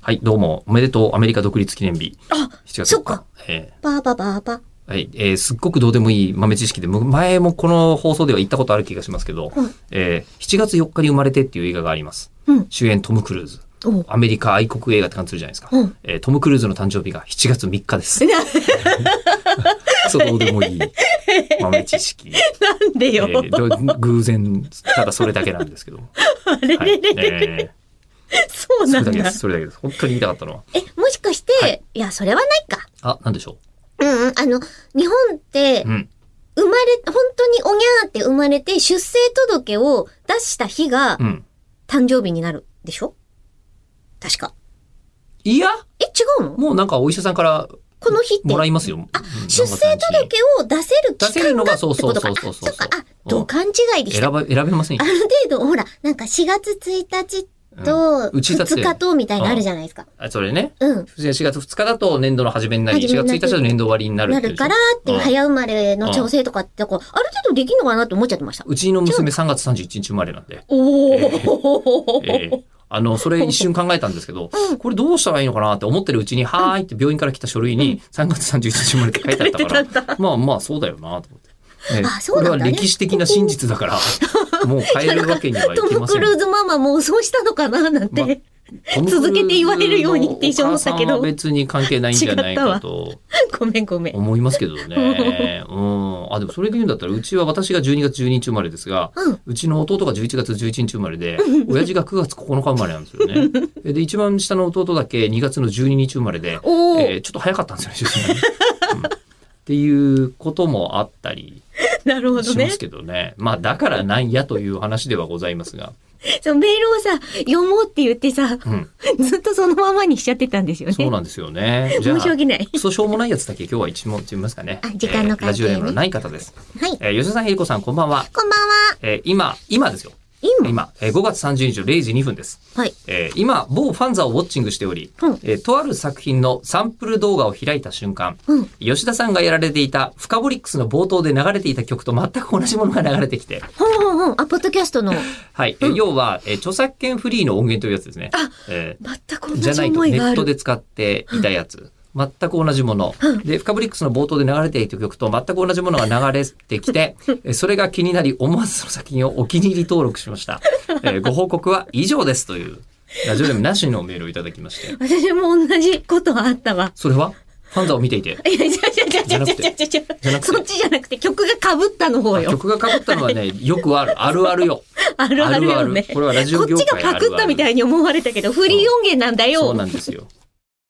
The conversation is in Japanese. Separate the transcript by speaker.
Speaker 1: はい、どうも、おめでとう、アメリカ独立記念日。
Speaker 2: あ、
Speaker 1: 7月
Speaker 2: そ
Speaker 1: 4
Speaker 2: っか
Speaker 1: 日。え
Speaker 2: バーババー
Speaker 1: ー
Speaker 2: バ。
Speaker 1: はい、えーすっごくどうでもいい豆知識で、む前もこの放送では言ったことある気がしますけど、
Speaker 2: うん
Speaker 1: えー7月4日に生まれてっていう映画があります。
Speaker 2: うん。
Speaker 1: 主演トム・クルーズ。
Speaker 2: おう
Speaker 1: アメリカ愛国映画って感じするじゃないですか。
Speaker 2: うん。
Speaker 1: えートム・クルーズの誕生日が7月3日 です。そうどうでもいい豆知識。
Speaker 2: なんで よ。
Speaker 1: えーど偶然、ただそれだけなんです けど。は
Speaker 2: あれれ
Speaker 1: い
Speaker 2: れれ、
Speaker 1: え
Speaker 2: そう
Speaker 1: ーそ
Speaker 2: な
Speaker 1: れ
Speaker 2: ん
Speaker 1: だけで
Speaker 2: だ。
Speaker 1: す。それだけです。本当に言いたかったのは。
Speaker 2: え、もしかして、、
Speaker 1: はい
Speaker 2: や、それはないか。
Speaker 1: あ、なんでしょ
Speaker 2: うんうん。あの、日本って
Speaker 1: う。う、ん。
Speaker 2: 生まれ、本当におにゃーって生まれて、出生届を出した日が
Speaker 1: う、ん。
Speaker 2: 誕生日になるでしょ確か。
Speaker 1: いや、
Speaker 2: え、違うの
Speaker 1: もうなんかお医者さんから
Speaker 2: この日って。
Speaker 1: もらいますよ。あ
Speaker 2: 出生届を出せる期
Speaker 1: 出せる
Speaker 2: 間
Speaker 1: のが
Speaker 2: がってこ
Speaker 1: そう
Speaker 2: とか。
Speaker 1: そう
Speaker 2: あ、
Speaker 1: そう
Speaker 2: そ
Speaker 1: そうそう
Speaker 2: っか。あ
Speaker 1: う、ん
Speaker 2: ど勘違いでし
Speaker 1: 選
Speaker 2: た。
Speaker 1: ば選べません
Speaker 2: あ
Speaker 1: よ。
Speaker 2: る程度、ほら、なんか4月1日と
Speaker 1: うんうちだって
Speaker 2: 2日とみたいなのあるじゃないですか。
Speaker 1: あそれね。
Speaker 2: うん。
Speaker 1: 4月2日だと年度の初めになり、
Speaker 2: 初め
Speaker 1: 4
Speaker 2: にな
Speaker 1: 月
Speaker 2: り
Speaker 1: 1日だと年度終わりになるっ
Speaker 2: な
Speaker 1: ていう
Speaker 2: るからっていううん早生まれの調整とかって、こう、ある程度できるのかなって思っちゃってました。
Speaker 1: うちの娘3月31日生まれなんで。
Speaker 2: お
Speaker 1: え
Speaker 2: お、
Speaker 1: ええあの、それ一瞬考えたんですけど
Speaker 2: うん、
Speaker 1: これどうしたらいいのかなって思ってるうちに、はーいって病院から来た書類に3月31日生まれって書いてあった
Speaker 2: 書いてあ
Speaker 1: から、まあまあそうだよなと思って。ええ
Speaker 2: あそうなん
Speaker 1: こ
Speaker 2: だね
Speaker 1: れは歴史的な真実だから、もう変えるわけにはい
Speaker 2: ト
Speaker 1: き
Speaker 2: ム・
Speaker 1: ま
Speaker 2: ク
Speaker 1: せん
Speaker 2: ル。ーズママ妄想したのかななんて。
Speaker 1: ま
Speaker 2: 続けて言われるようにって一瞬思ったけど
Speaker 1: トムクルーズのお母さんは別に関係ないんじゃないかと。
Speaker 2: ごめんごめん。
Speaker 1: 思いますけど ね。うん。あ、でもそれで言うんだったら、うちは私が12月12日生まれですが、
Speaker 2: うん。
Speaker 1: うちの弟が11月11日生まれ で、親父が9月9日生まれなんですよね。で、一番下の弟だけ2月の12日生まれで、
Speaker 2: おお、
Speaker 1: えーちょっと早かったんですよね、出産が ねうんっていうこともあったり
Speaker 2: なるほど
Speaker 1: しま
Speaker 2: ね
Speaker 1: す。けどね。まあ、だからなんやという話ではございますが。
Speaker 2: そのメールをさ、読もうって言ってさ、
Speaker 1: うん。
Speaker 2: ずっとそのままにしちゃってたんですよね。
Speaker 1: そうなんですよね。じゃ
Speaker 2: 申し
Speaker 1: あ、
Speaker 2: 訳ない。
Speaker 1: そうしょうもないやつだけ今日は一問いってみますかね。
Speaker 2: あ時間の関係ね
Speaker 1: ラジオネームのない方です。
Speaker 2: はい。
Speaker 1: えー吉田さん、ひりこさん、こんばんは。
Speaker 2: こんばんは。
Speaker 1: えー今、今ですよ。
Speaker 2: 今
Speaker 1: 今、えー5月30日の0時2分です。
Speaker 2: はい。
Speaker 1: えー今、某ファンザをウォッチングしており、
Speaker 2: うん
Speaker 1: えーとある作品のサンプル動画を開いた瞬間、
Speaker 2: うん。
Speaker 1: 吉田さんがやられていた、フカボリックスの冒頭で流れていた曲と全く同じものが流れてきて、
Speaker 2: ほんほんほん。あ、ポッドキャストの。
Speaker 1: はい、えー要は、えー著作権フリーの音源というやつですね。
Speaker 2: あ
Speaker 1: えー
Speaker 2: 全 く
Speaker 1: じ
Speaker 2: 同
Speaker 1: ゃ
Speaker 2: じ
Speaker 1: ないと
Speaker 2: 思い
Speaker 1: ネ
Speaker 2: があ
Speaker 1: ット
Speaker 2: る。
Speaker 1: で使っていたやつ。全く同じもの。で、フカブリックスの冒頭で流れていた曲と全く同じものが流れてき て、えそれが気になり、思わずその作品をお気に入り登録しま した。えーご報告は以上ですという、ラジオネームなしのメールをいただきまして。
Speaker 2: 私も同じことあったわ。
Speaker 1: それはファンザを見ていて。
Speaker 2: いや、じゃじゃじゃじゃじゃじゃじゃじ
Speaker 1: じゃなく
Speaker 2: ゃ
Speaker 1: て
Speaker 2: そっちじゃなくて曲が被ったの方
Speaker 1: あ
Speaker 2: よ。
Speaker 1: 曲が被ったのはね、よくある。あるあるよ。
Speaker 2: あるあるよね。
Speaker 1: あるあるこれはラジ
Speaker 2: こ
Speaker 1: オ業
Speaker 2: っ
Speaker 1: 界
Speaker 2: ちがパクったみたいに思われたけど、フリー音源なんだ
Speaker 1: そう
Speaker 2: よ
Speaker 1: な。んですよ。